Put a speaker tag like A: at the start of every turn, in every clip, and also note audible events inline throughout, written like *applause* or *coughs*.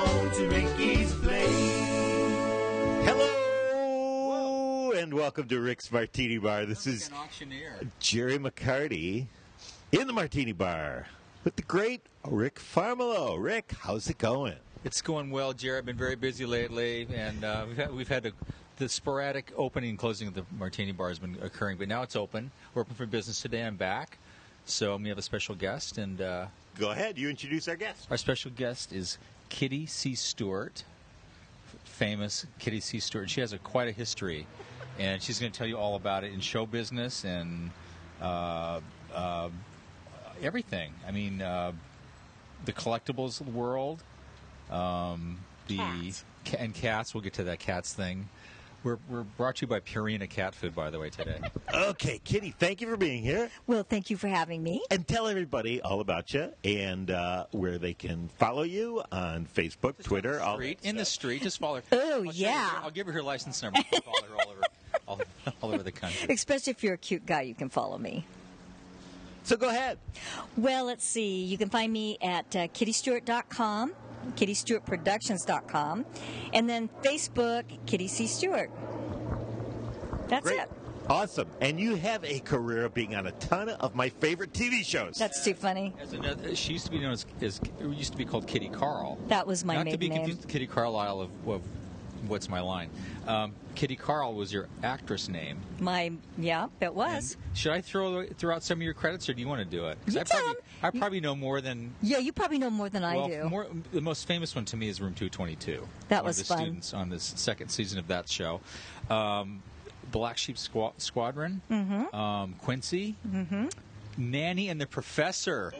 A: to Ricky's place.
B: Hello and welcome to Rick's Martini Bar. This is
C: an auctioneer.
B: Jerry McCarty in the Martini Bar with the great Rick Farmelo. Rick, how's it going?
C: It's going well, Jared. I've been very busy lately, and uh, we've had, we've had a, the sporadic opening and closing of the Martini Bar has been occurring, but now it's open. We're open for business today. I'm back, so um, we have a special guest, and uh,
B: Go ahead, you introduce our guest.
C: our special guest is Kitty C. Stewart, f- famous Kitty C. Stewart. She has a, quite a history, and she's going to tell you all about it in show business and uh, uh, everything. I mean, uh, the collectibles world, um, the
D: Cats.
C: ca- and cats. We'll get to that cats thing. We're, we're brought to you by Purina Cat Food, by the way, today.
B: Okay, Kitty, thank you for being here
D: Well, thank you for having me.
B: and tell everybody all about you and uh, where they can follow you on Facebook, Twitter, all
C: street,
B: that
C: in the
B: stuff.
C: street, just follow her.
D: Oh,
C: I'll give her-
D: yeah.
C: I'll give her her license number. I'll follow her all over, all, all over the country.
D: Especially if you're a cute guy, you can follow me.
B: So go ahead.
D: Well, let's see. You can find me at uh, kittystewart.com, kittystewartproductions.com, and then Facebook, Kitty C. Stewart. That's
B: Great.
D: it.
B: Awesome. And you have a career of being on a ton of my favorite TV shows.
D: That's too funny.
C: As another, she used to be known as, as it used to be called Kitty Carl.
D: That was my
C: Not to
D: maiden
C: be
D: name.
C: confused with Kitty Carlisle of, of what's my line. Um, Kitty Carl was your actress name.
D: My, yeah, it was.
C: And should I throw throw out some of your credits, or do you want to do it? 'Cause
D: You
C: I
D: tell
C: probably
D: 'em.
C: I probably know more than
D: yeah, you probably know more than
C: well.
D: I do.
C: More, the most famous one to me is Room Two Twenty Two.
D: That
C: one
D: was
C: of the
D: fun.
C: students on this second season of that show. Um, Black Sheep Squa- Squadron, mm-hmm. um, Quincy, mm-hmm. Nanny and the Professor.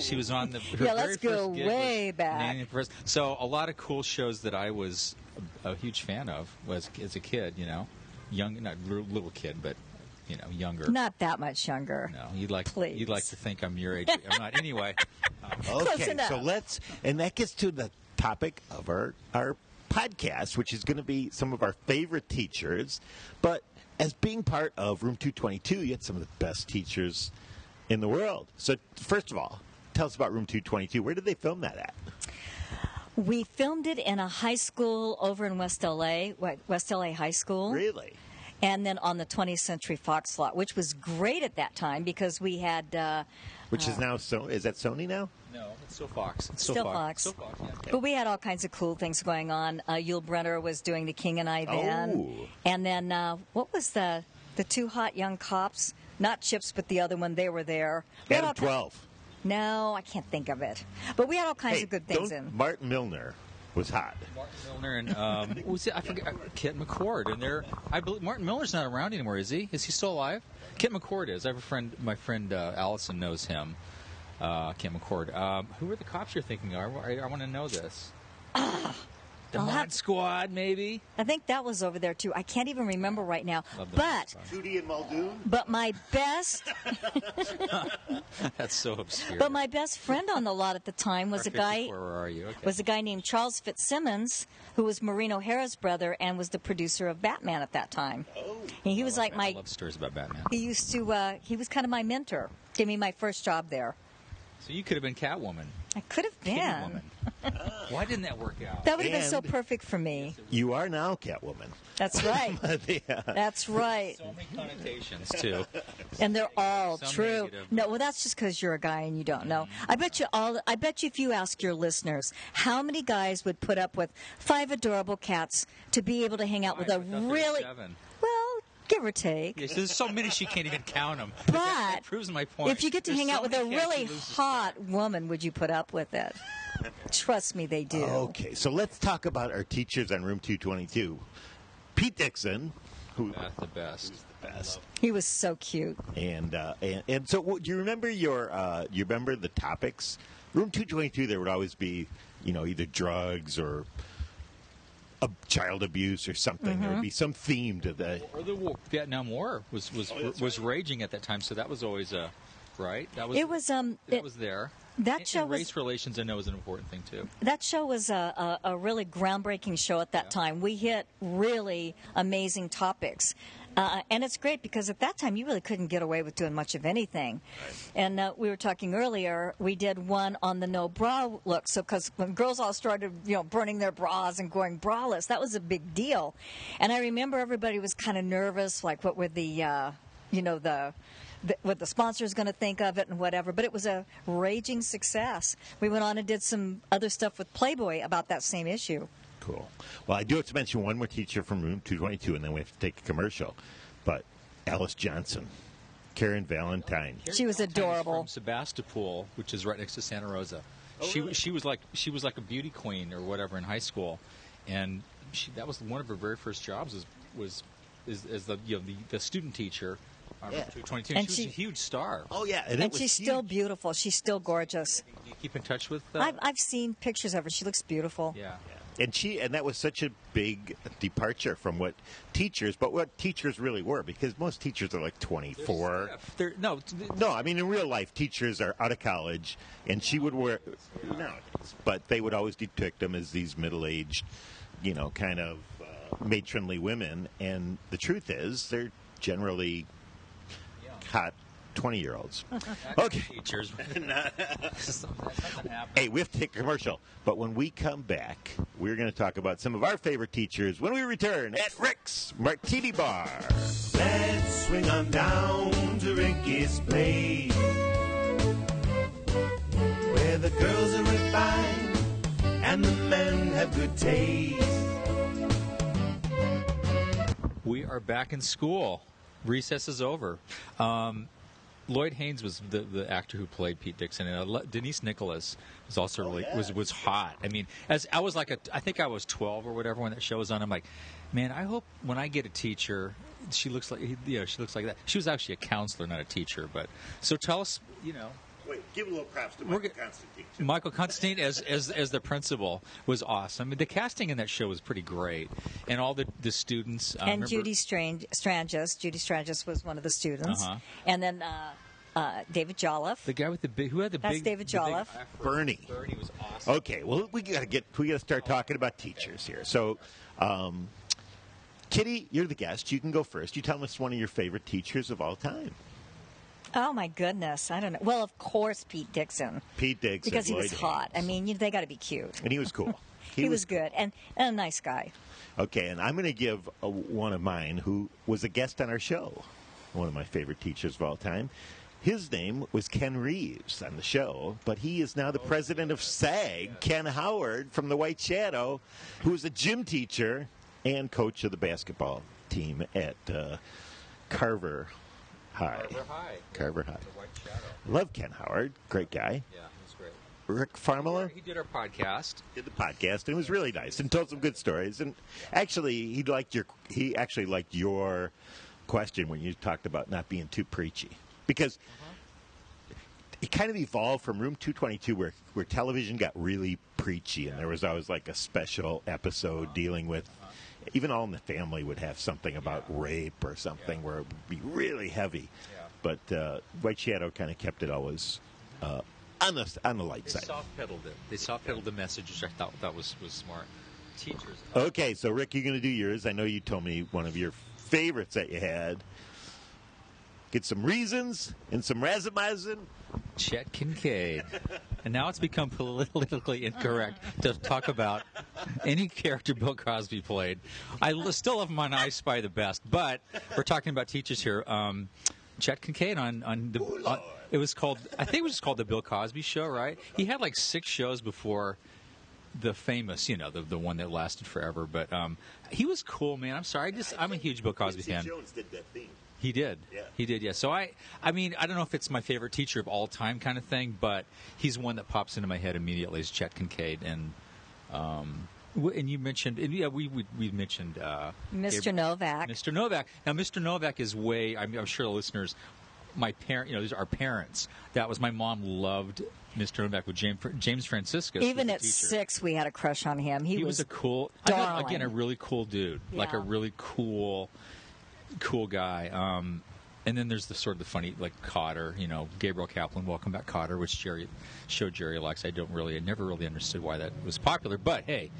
C: She was on the her very
D: Yeah, let's go
C: first gig was
D: way back.
C: Nanny and the Professor. So a lot of cool shows that I was a, a huge fan of was as a kid. You know, young not r- little kid, but you know younger.
D: Not that much younger.
C: No, you'd like
D: Please.
C: you'd like to think I'm your age. I'm not
D: *laughs*
C: anyway. um,
B: Okay,
D: enough.
B: so let's, and that gets to the topic of our our podcast, which is going to be some of our favorite teachers. But as being part of Room Two Twenty Two, you had some of the best teachers in the world. So first of all, tell us about Room Two Twenty Two. Where did they film that at?
D: We filmed it in a high school over in West LA, what- West LA High School.
B: Really?
D: And then on the 20th Century Fox lot, which was great at that time because we had. Uh,
B: Which is now so? Is that Sony now?
C: No, it's still Fox. It's
D: Still Fox.
C: Still Fox. yeah.
D: But we had all kinds of cool things going on. Uh, Yul Brenner was doing the King and I van,
B: Oh.
D: and then uh, what was the the two hot young cops? Not Chips, but the other one. They were there. We had all
B: Adam
D: ki-
B: Twelve.
D: no, I can't think of it. But we had all kinds
B: Hey,
D: of good things
B: don't-
D: in.
B: Martin Milner was hot.
C: Martin Milner and um, *laughs* what was it? I forget. uh, Kit McCord, and they're. I believe Martin Milner's not around anymore, is he? Is he still alive? Kit McCord is. I have a friend. My friend uh, Allison knows him. Uh, Kit McCord. Um, who are the cops you're thinking of? I, I want to know this. the
D: *coughs* I'll
C: Mod
D: have-
C: Squad,
D: *laughs*
C: maybe.
D: I think that was over there too. I can't even remember right now.
C: Love the Mod
D: But
C: Squad.
B: Tootie and Muldoon.
D: but my best
C: that's so obscure.
D: but my best friend on the lot at the time was a guy
C: 54, Where are you? Okay.
D: was a guy named Charles Fitzsimmons, who was Maureen O'Hara's brother and was the producer of Batman at that time. Oh. And he was like
C: I
D: my
C: love stories about Batman.
D: he used to uh, he was kind of my mentor. Gave me my first job there.
C: So you could have been Catwoman.
D: I could have
C: Kitty
D: been.
C: Woman.
D: *laughs*
C: Why didn't that work out?
D: That would have been so
B: And-
D: perfect for me.
B: You are now Catwoman.
C: *laughs*
D: That's right. That's right.
C: so many connotations
D: *laughs*
C: too.
D: And they're all
C: Some
D: true.
C: negative.
D: No, well, that's just because you're a guy and you don't know. I bet you all. I bet you if you ask your listeners, how many guys would put up with five adorable cats to be able to hang out with a
C: Five, Oh, I thought there were
D: really
C: seven.
D: well, give or take.
C: Yes, there's so many she can't even count them.
D: But
C: that proves my point.
D: If you get to
C: There's
D: hang
C: so
D: out with a
C: many cats
D: really
C: she loses *laughs*
D: hot woman, would you put up with it? Trust me, they do.
B: Okay, so let's talk about our teachers on Room 222. Pete Dixon, who
C: track. That's the best.
B: the best,
D: He was so cute.
B: and uh, and, and so what- do you remember your uh, you remember the topics? Room 222, there would always be you know either drugs or a child abuse or something.
D: Mm-hmm.
B: There would be some theme to the.
C: Or the war, Oh, Vietnam War was was was raging at that time, so that was always a right. That was
D: It was, um,
C: that
D: it-
C: was there.
D: that
C: And-
D: show
C: and
D: was-
C: race relations. I know is an important thing too.
D: That show was a, a, a really groundbreaking show at that time. We hit really amazing topics. Uh, and it's great because at that time you really couldn't get away with doing much of anything. And uh, we were talking earlier, we did one on the no bra look. So, because when girls all started, you know, burning their bras and going braless, that was a big deal. And I remember everybody was kind of nervous, like, what were the, uh, you know, the, th- what the sponsor is going to think of it and whatever. But it was a raging success. We went on and did some other stuff with Playboy about that same issue.
B: Cool. Well, I do have to mention one more teacher from room 222, and then we have to take a commercial. But Alice Johnson, Karen Valentine.
D: She was adorable.
C: From Sebastopol, which is right next to Santa Rosa.
B: Oh,
C: she she was like she was like a beauty queen or whatever in high school, and she, that was one of her very first jobs was was is, as the you know the, the student teacher. on
B: Yeah.
C: 22.
D: And
C: she, was
D: she-
C: a huge star.
B: Oh yeah, and, it
D: And
B: was
D: she's
B: huge.
D: still beautiful. She's still gorgeous.
C: Do you keep in touch with? Uh,
D: I've, I've seen pictures of her. She looks beautiful.
C: yeah.
B: and she and that was such a big departure from what teachers, but what teachers really were, because most teachers are like 24.
C: There, no, th-
B: No, I mean in real life, teachers are out of college, and she would wear no, but they would always depict them as these middle-aged, you know, kind of uh, matronly women. And the truth is, they're generally hot twenty-year-olds. Okay.
C: teachers. *laughs* That's not gonna happen.
B: Hey, we have to take a commercial, but when we come back, we're going to talk about some of our favorite teachers when we return at Rick's Martini Bar.
A: Let's swing on down to Ricky's place. Where the girls are refined and the men have good taste.
C: We are back in school. Recess is over. Um, Lloyd Haynes was the, the actor who played Pete Dixon, and I lo- Denise Nicholas was also really was was hot. I mean, as I was like a, I think I was twelve or whatever when that show was on. I'm like, man, I hope when I get a teacher, she looks like you know she looks like that. She was actually a counselor, not a teacher. But so tell us, you know,
B: Wait, give a little props to
C: We're Michael g-
B: Constantine.
C: Michael Constantine as, as as the principal was awesome. I mean, the casting in that show was pretty great, and all the the students. I
D: And
C: remember-
D: Judy Strange, Strangis. Judy Strangis was one of the students.
C: Uh-huh.
D: And then uh, uh, David Jolliffe.
C: The guy with the big, who had the
D: That's
C: big.
D: David
C: the big
D: Jolliffe.
C: afro-
B: Bernie.
C: Bernie was awesome. Oh.
B: Okay, well, we gotta get we gotta start talking about teachers here. So, um, Kitty, you're the guest. You can go first. You tell us one of your favorite teachers of all time,
D: oh, my goodness. I don't know. Well, of course, Pete Dixon.
B: Pete Dixon,
D: Because he was
B: Lloyd
D: hot. I
B: Haynes.
D: mean, you, they got to be cute.
B: and he was
D: *laughs*
B: cool.
D: He, was, good and, and a nice guy.
B: Okay, and I'm gonna give a, one of mine who was a guest on our show, one of my favorite teachers of all time. His name was Ken Reeves on the show, but he is now the president of SAG, Ken Howard from the White Shadow, who is a gym teacher and coach of the basketball team at uh, Carver High.
C: Carver High.
B: Carver High.
C: The White Shadow.
B: Love Ken Howard, great guy.
C: Yeah, he was great.
B: Rick Farmela
C: He did our podcast.
B: did the podcast and it was really nice and told some good stories and actually he liked your he actually liked your question when you talked about not being too preachy because it kind of evolved from room 222 where where television got really preachy and there was always like a special episode dealing with even all in the family would have something about rape or something where it would be really heavy but uh, white shadow kind of kept it always uh, on the on the light
C: They
B: side
C: soft pedaled it. They soft pedaled the message, which I thought that was was smart. Teachers.
B: Okay, so Rick, you're going to do yours. I know you told me one of your favorites that you had. Get some reasons and some razzmatazz.
C: Chet Kincaid. and now it's become *laughs* politically incorrect to talk about any character Bill Cosby played. I l- still love him on I Spy the best, but we're talking about teachers here. Um, Chet Kincaid on on the on- it was called I think it was just called the Bill Cosby Show, right? He had like six shows before the famous, you know, the the one that lasted forever. But um, he was cool, man. I'm sorry, I just I'm a huge Bill Cosby fan.
B: did that theme.
C: He did.
B: Yeah.
C: He did. Yeah. So I, I mean, I don't know if it's my favorite teacher of all time kind of thing, but he's one that pops into my head immediately is Chet Kincaid, and um, w- and you mentioned, and yeah, we we, we mentioned uh,
D: Mr.
C: Abra-
D: Novak.
C: Mr. Novak. Now, Mr. Novak is way. I'm, I'm sure the listeners my parent, you know, these are our parents. That was my mom loved Mr. Novak with James, James Franciscus. was
D: Even
C: the
D: at
C: teacher.
D: six, we had a crush on him. He,
C: he was, a cool, I thought,
D: darling.
C: again, a really cool dude, like a
D: Yeah.
C: really cool, cool guy. Um, and then there's the sort of the funny, like Cotter, you know, Gabriel Kaplan, Welcome Back Cotter, which Jerry show Jerry likes. I don't really, I never really understood why that was popular, but hey,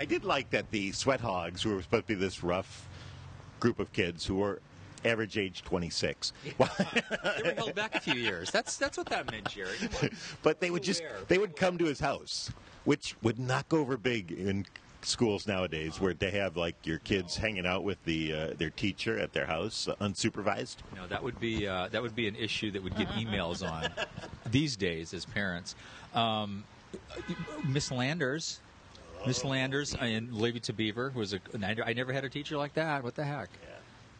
B: I did like that the Sweat Hogs, who were supposed to be this rough group of kids who were average age
C: *laughs*
B: 26,
C: they were held back a few years. That's that's what that meant, Jerry. Come on.
B: but they would just they would come to his house, which would not go over big in schools nowadays, where they have like your kids hanging out with the uh, their teacher at their house uh, unsupervised.
C: No, that would be uh, that would be an issue that would get emails on these days as parents. Um, Miss Landers, Miss Landers, and Levy to Beaver was a. and I I never had a teacher like that. What the heck?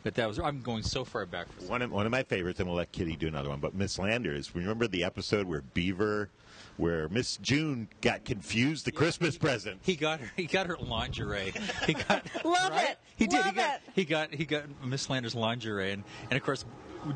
C: But that was. I'm going so far back. For
B: One of, one of my favorites, and we'll let Kitty do another one. But Miss Landers, remember the episode where Beaver, where Miss June got confused the Christmas present.
C: he got her. He got her lingerie. He got
D: *laughs* Love
C: right?
D: it.
C: He did. he
D: Love
C: got.
D: it.
C: He got. He got Miss Landers lingerie, and and of course.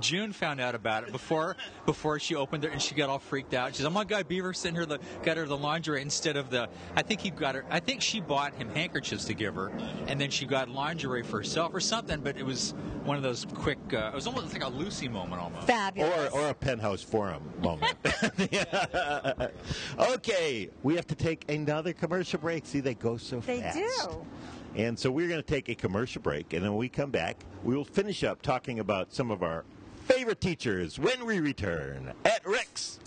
C: June found out about it before before she opened it, and she got all freaked out. She's, "Oh my God, Beaver sent her the got her the lingerie instead of the." I think he got her. I think she bought him handkerchiefs to give her, and then she got lingerie for herself or something. But it was one of those quick. Uh, it was almost like a Lucy moment almost.
D: fabulous.
B: Or, or a penthouse forum
D: *laughs*
B: moment. *laughs* okay, we have to take another commercial break. See, they go so
D: They
B: fast.
D: do.
B: And so we're going to take a commercial break, and then when we come back, we will finish up talking about some of our favorite teachers when we return at Rick's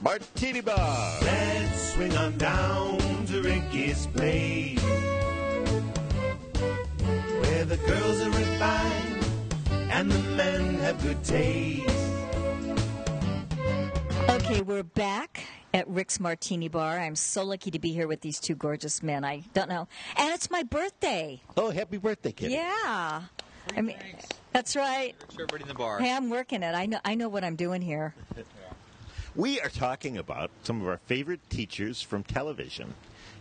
B: Martini Bar.
A: Let's swing on down to Ricky's place. Where the girls are refined and the men have good taste.
D: Okay, we're back at Rick's Martini Bar. I'm so lucky to be here with these two gorgeous men. I don't know. And it's my birthday.
B: Oh, happy birthday, Kitty.
D: Yeah. I mean, that's right.
C: To everybody in the bar.
D: Hey, I'm working it. I know I know what I'm doing here.
B: We are talking about some of our favorite teachers from television,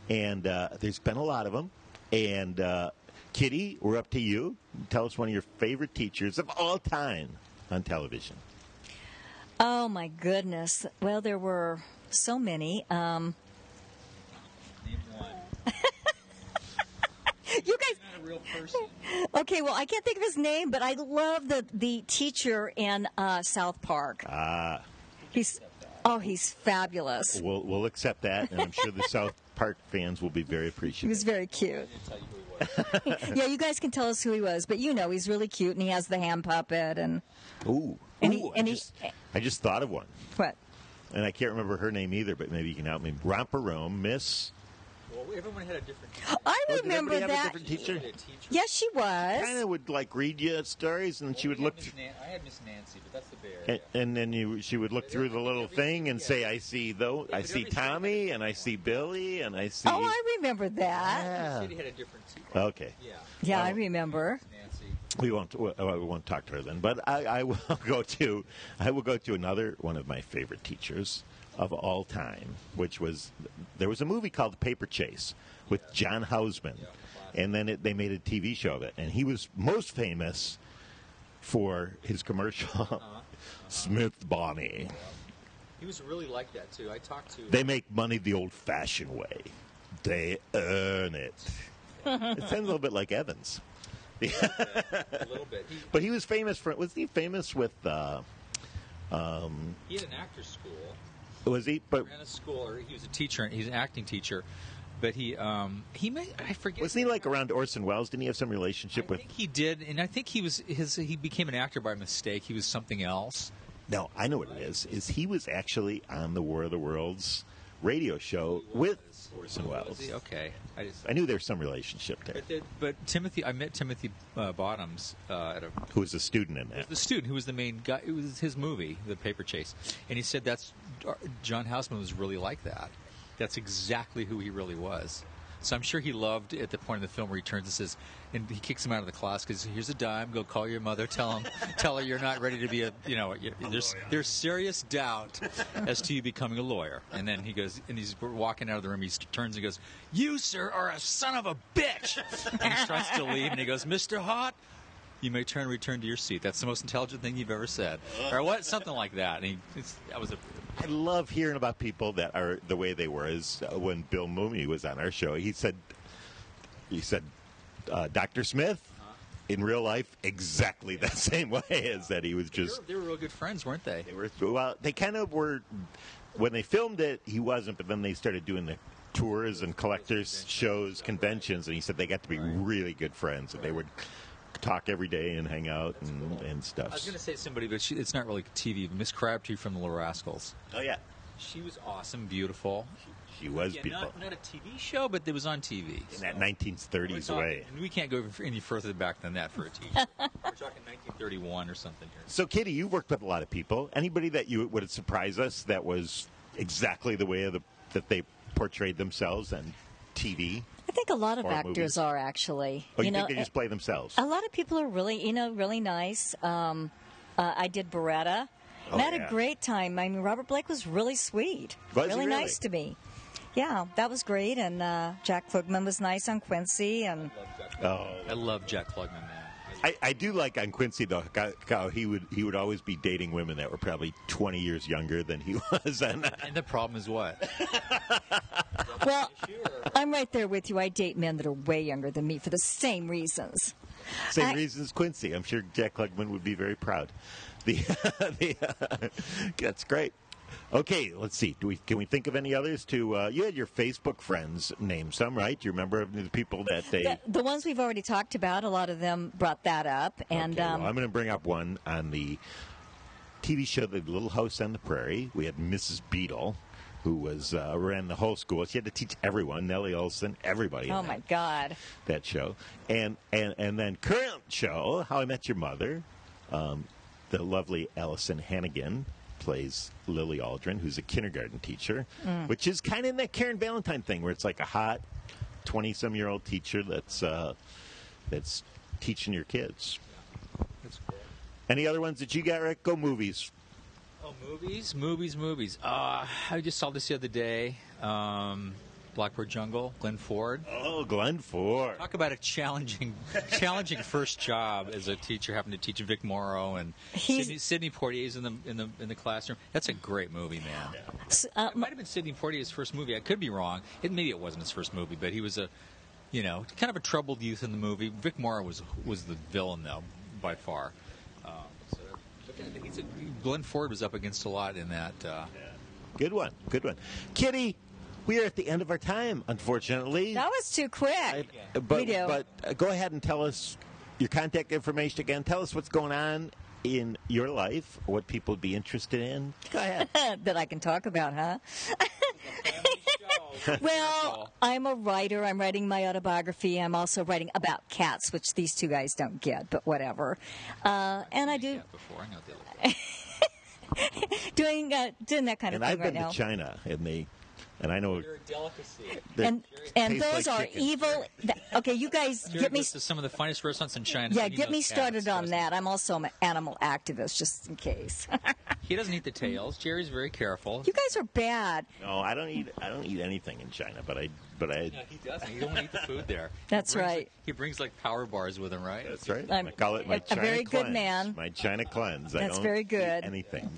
B: and uh, there's been a lot of them. And uh, Kitty, we're up to you. Tell us one of your favorite teachers of all time on television.
D: Oh my goodness. Well, there were so many. Um,
C: Name one.
D: *laughs* you guys
C: Not a real person.
D: Okay, well, I can't think of his name, but I love the the teacher in uh, South Park. Ah, he's oh, he's fabulous.
B: We'll, we'll accept that, and I'm sure the South Park fans will be very
D: He
B: appreciative.
D: was
B: *laughs*
D: very cute.
C: Tell you who he was.
D: *laughs* Yeah, you guys can tell us who he was, but you know he's really cute, and he has the hand puppet and
B: Ooh,
D: And he-
B: Ooh
D: and
B: I,
D: he-
B: just, I just thought of one,
D: what?
B: and I can't remember her name either, but maybe you can help me. Romper Rome, Miss.
C: Well, everyone had a different.
D: I
B: Oh, did
D: remember
B: everybody have a
D: that.
B: different teacher?
C: Everybody had a teacher.
D: Yes, she
B: Kind
D: was.
B: of would like read you stories, and she would look.
C: Miss
B: Through,
C: Nan- I had Miss Nancy, but that's the Bay Area.
B: And, and then you, she would look through the little thing and say, "I see though, I see Tommy, and I see Billy, and I see."
D: Oh, I remember that.
B: Yeah. Oh.
C: City had a different team.
B: Okay,
C: Yeah,
D: Yeah, I remember.
C: Nancy.
B: we won't we uh, we won't talk to her then. But I, *laughs* I will go to I will go to another one of my favorite teachers of all time, which was there was a movie called The Paper Chase with John Houseman, and then it, they made a TV show of it, and he was most famous for his commercial *laughs* Smith Bonnie.
C: He was really like that too. I talked to.
B: They make money the old fashioned way. They earn it. it sounds a little bit like Evans.
C: a little bit. He,
B: But he was famous for was he famous with uh
C: he had an actor school.
B: was he but
C: Ran a school, or he was a teacher. and He's an acting teacher, but he um he may I forget.
B: wasn't he like around Orson Welles? Didn't he have some relationship
C: I
B: with
C: think he did, and I think he was his. He became an actor by mistake. He was something else.
B: No, I know what it is. Is he was actually on the War of the Worlds radio show with Orson
C: Was
B: Welles.
C: he? Okay, I just.
B: I knew there was some relationship there.
C: But, but Timothy, I met Timothy uh, Bottoms uh, at a
B: Who was a student in that?
C: the student who was the main guy. It was his movie, The Paper Chase, and he said that's John Houseman was really like that. That's exactly who he really was. So I'm sure he loved at the point in the film where he turns and says, and he kicks him out of the class because here's a dime. Go call your mother. Tell him, *laughs* tell her you're not ready to be a, you know, you- there's there's serious doubt as to you becoming a lawyer. And then he goes, and he's walking out of the room. He turns and goes, "You sir are a son of a bitch." And he starts to leave, and he goes, "Mr. Hart, you may turn return to your seat. That's the most intelligent thing you've ever said, or what? Something like that. And he, it's, that was a
B: I love hearing about people that are the way they were. Is uh, when Bill Mooney was on our show, he said, he said, uh, Doctor Smith,
C: Uh-huh.
B: in real life, exactly the *laughs* same way is that he was
C: they
B: just
C: were, they were real good friends, weren't they?
B: they were well, they kind of were when they filmed it. He wasn't, but then they started doing the tours and collectors shows, conventions, and he said they got to be really good friends, and they would talk every day and hang out and, and
C: I
B: stuff.
C: was going to say somebody, but she, it's not really TV. Miss Crabtree from the Little Rascals.
B: Oh yeah,
C: She was awesome, beautiful.
B: she was
C: Yeah,
B: people
C: not, not a TV show, but it was on TV.
B: in that
C: We're
B: 1930s
C: talking-
B: way.
C: and we can't go any further back than that for a
B: *laughs*
C: TV. show. We're talking 1931 or something here.
B: So, Kitty, you've worked with a lot of people. Anybody that you would surprise us that was exactly the way of the, that they portrayed themselves on TV?
D: I think a lot of
B: Or
D: actors
B: movies.
D: are actually.
B: Or Oh, you,
D: you know, uh, oh.
B: think they just play themselves?
D: a lot of people are really, you know, really nice. Um, uh, I did Beretta. and
B: Oh,
D: I had
B: yeah.
D: a great time. I mean, Robert Blake was really sweet,
B: Was he
D: really,
B: really?
D: nice to me. Yeah, that was great. And uh, Jack Klugman was nice on Quincy. And
B: oh.
C: I love Jack Klugman, man.
B: I, I do like on Quincy though how- how he would he would always be dating women that were probably twenty years younger than he *laughs* was. And
C: And the problem is
B: *laughs*
C: what?
D: well, I'm right there with you. I date men that are way younger than me for the same reasons.
B: same
D: I-
B: reasons Quincy. I'm sure Jack Klugman would be very proud. The, *laughs* the *laughs* that's great. Okay, let's see. Do we can we think of any others? To uh, you had your Facebook friends name some right? Do you remember any of the people that they?
D: The, the ones we've already talked about, a lot of them brought that up. And
B: Okay,
D: um,
B: well, I'm going to bring up one on the TV show The Little House on the Prairie. We had Mrs. Beadle, who was uh, ran the whole school. She had to teach everyone, Nellie Olson, everybody. in
D: oh
B: that,
D: my God.
B: That show, and and and then current show, How I Met Your Mother. Um, the lovely Allison Hannigan plays Lily Aldrin, who's a kindergarten teacher, which is kind of in that Karen Valentine thing, where it's like a hot twenty-some-year-old teacher that's uh, that's teaching your kids. Any other ones that you got, Rick? Go movies.
C: Oh, movies, movies, movies. Uh, I just saw this the other day. Um, Blackbird Jungle, Glenn Ford.
B: Oh, Glenn Ford.
C: Talk about a challenging, challenging first job as a teacher, having to teach Vic Morrow and
D: He's-
C: Sidney, Sidney Poitier's in the in the in the classroom. That's a great movie, man.
D: S- uh,
C: It might have been Sidney Poitier's first movie. I could be wrong. It maybe it wasn't his first movie, but he was a, you know, kind of a troubled youth in the movie. Vic Morrow was was the villain though, by far. Um, so, but yeah, he's a, Glenn Ford was up against a lot in that. Uh,
B: Good one. Good one. Kitty, we are at the end of our time, unfortunately.
D: that was too quick.
B: Uh, but,
D: we do.
B: But uh, go ahead and tell us your contact information again. Tell us what's going on in your life, what people would be interested in. Go
D: *laughs*
B: ahead.
D: that I can talk about, huh? *laughs* Well, I'm a writer. I'm writing my autobiography. I'm also writing about cats, which these two guys don't get, but whatever. Uh, and I do
C: yeah, before I know the
D: *laughs*
C: other
D: doing uh, doing that kind of
B: and I've
D: thing right
B: been
D: now.
B: to China, and they, and I know
C: They're a delicacy.
B: that
D: and and
B: tastes
D: those
B: like
D: are
B: chicken.
D: evil. th- okay, you guys
C: Jerry
D: get me.
C: goes to some of the finest restaurants in China.
D: Yeah,
C: and he
D: get me
C: knows cats,
D: started on
C: trust me.
D: that. I'm also an animal activist, just in case. *laughs*
C: He doesn't eat the tails. Jerry's very careful.
D: you guys are bad.
B: No, I don't eat. I don't eat anything in China, but I. But I.
C: No, he doesn't. He don't eat the food there. He
D: *laughs* That's
C: brings,
D: right.
C: Like, he brings like power bars with him, right?
B: That's right.
D: I'm
B: I call it my
D: a
B: China
D: very good
B: cleanse.
D: man.
B: My China cleanse. I
D: That's
B: don't
D: very
B: eat
D: good. *laughs*
B: anything.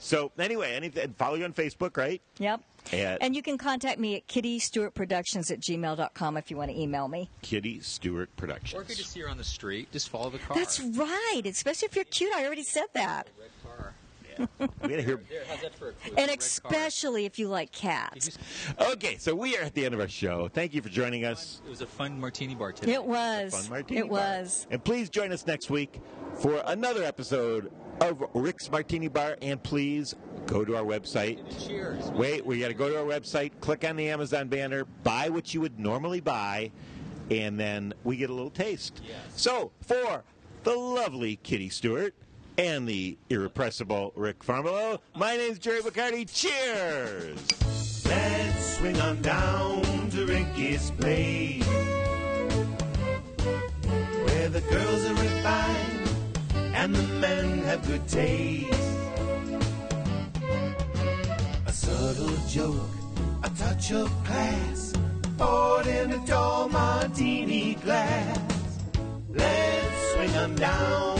B: so anyway, anything. Follow you on Facebook, right?
D: Yep.
B: At-
D: and you can contact me at kittystewartproductions at gmail.com if you want to email me.
B: Kitty Stewart
C: Or if you
B: Productions.
C: just see her on the street, just follow the car.
D: That's right, especially if you're cute. I already said that.
C: Red car.
B: We gotta hear.
C: There, how's that for a clue? Red
D: And
C: car.
D: especially if you like cats.
B: Okay, so we are at the end of our show. Thank you for joining us.
C: It was a fun martini bar today.
D: It was.
B: Fun martini
D: It
B: bar.
D: was.
B: And please join us next week for another episode of Rick's Martini Bar. And please go to our website.
C: Cheers.
B: Wait, we got to go to our website, click on the Amazon banner, buy what you would normally buy, and then we get a little taste. So, for the lovely Kitty Stewart and the irrepressible Rick Farmelo, my name's Jerry Bacardi. Cheers!
A: Let's swing on down to Ricky's place, where the girls are refined and the men have good taste. A subtle joke, a touch of class, poured in a tall martini glass. Let's swing 'em down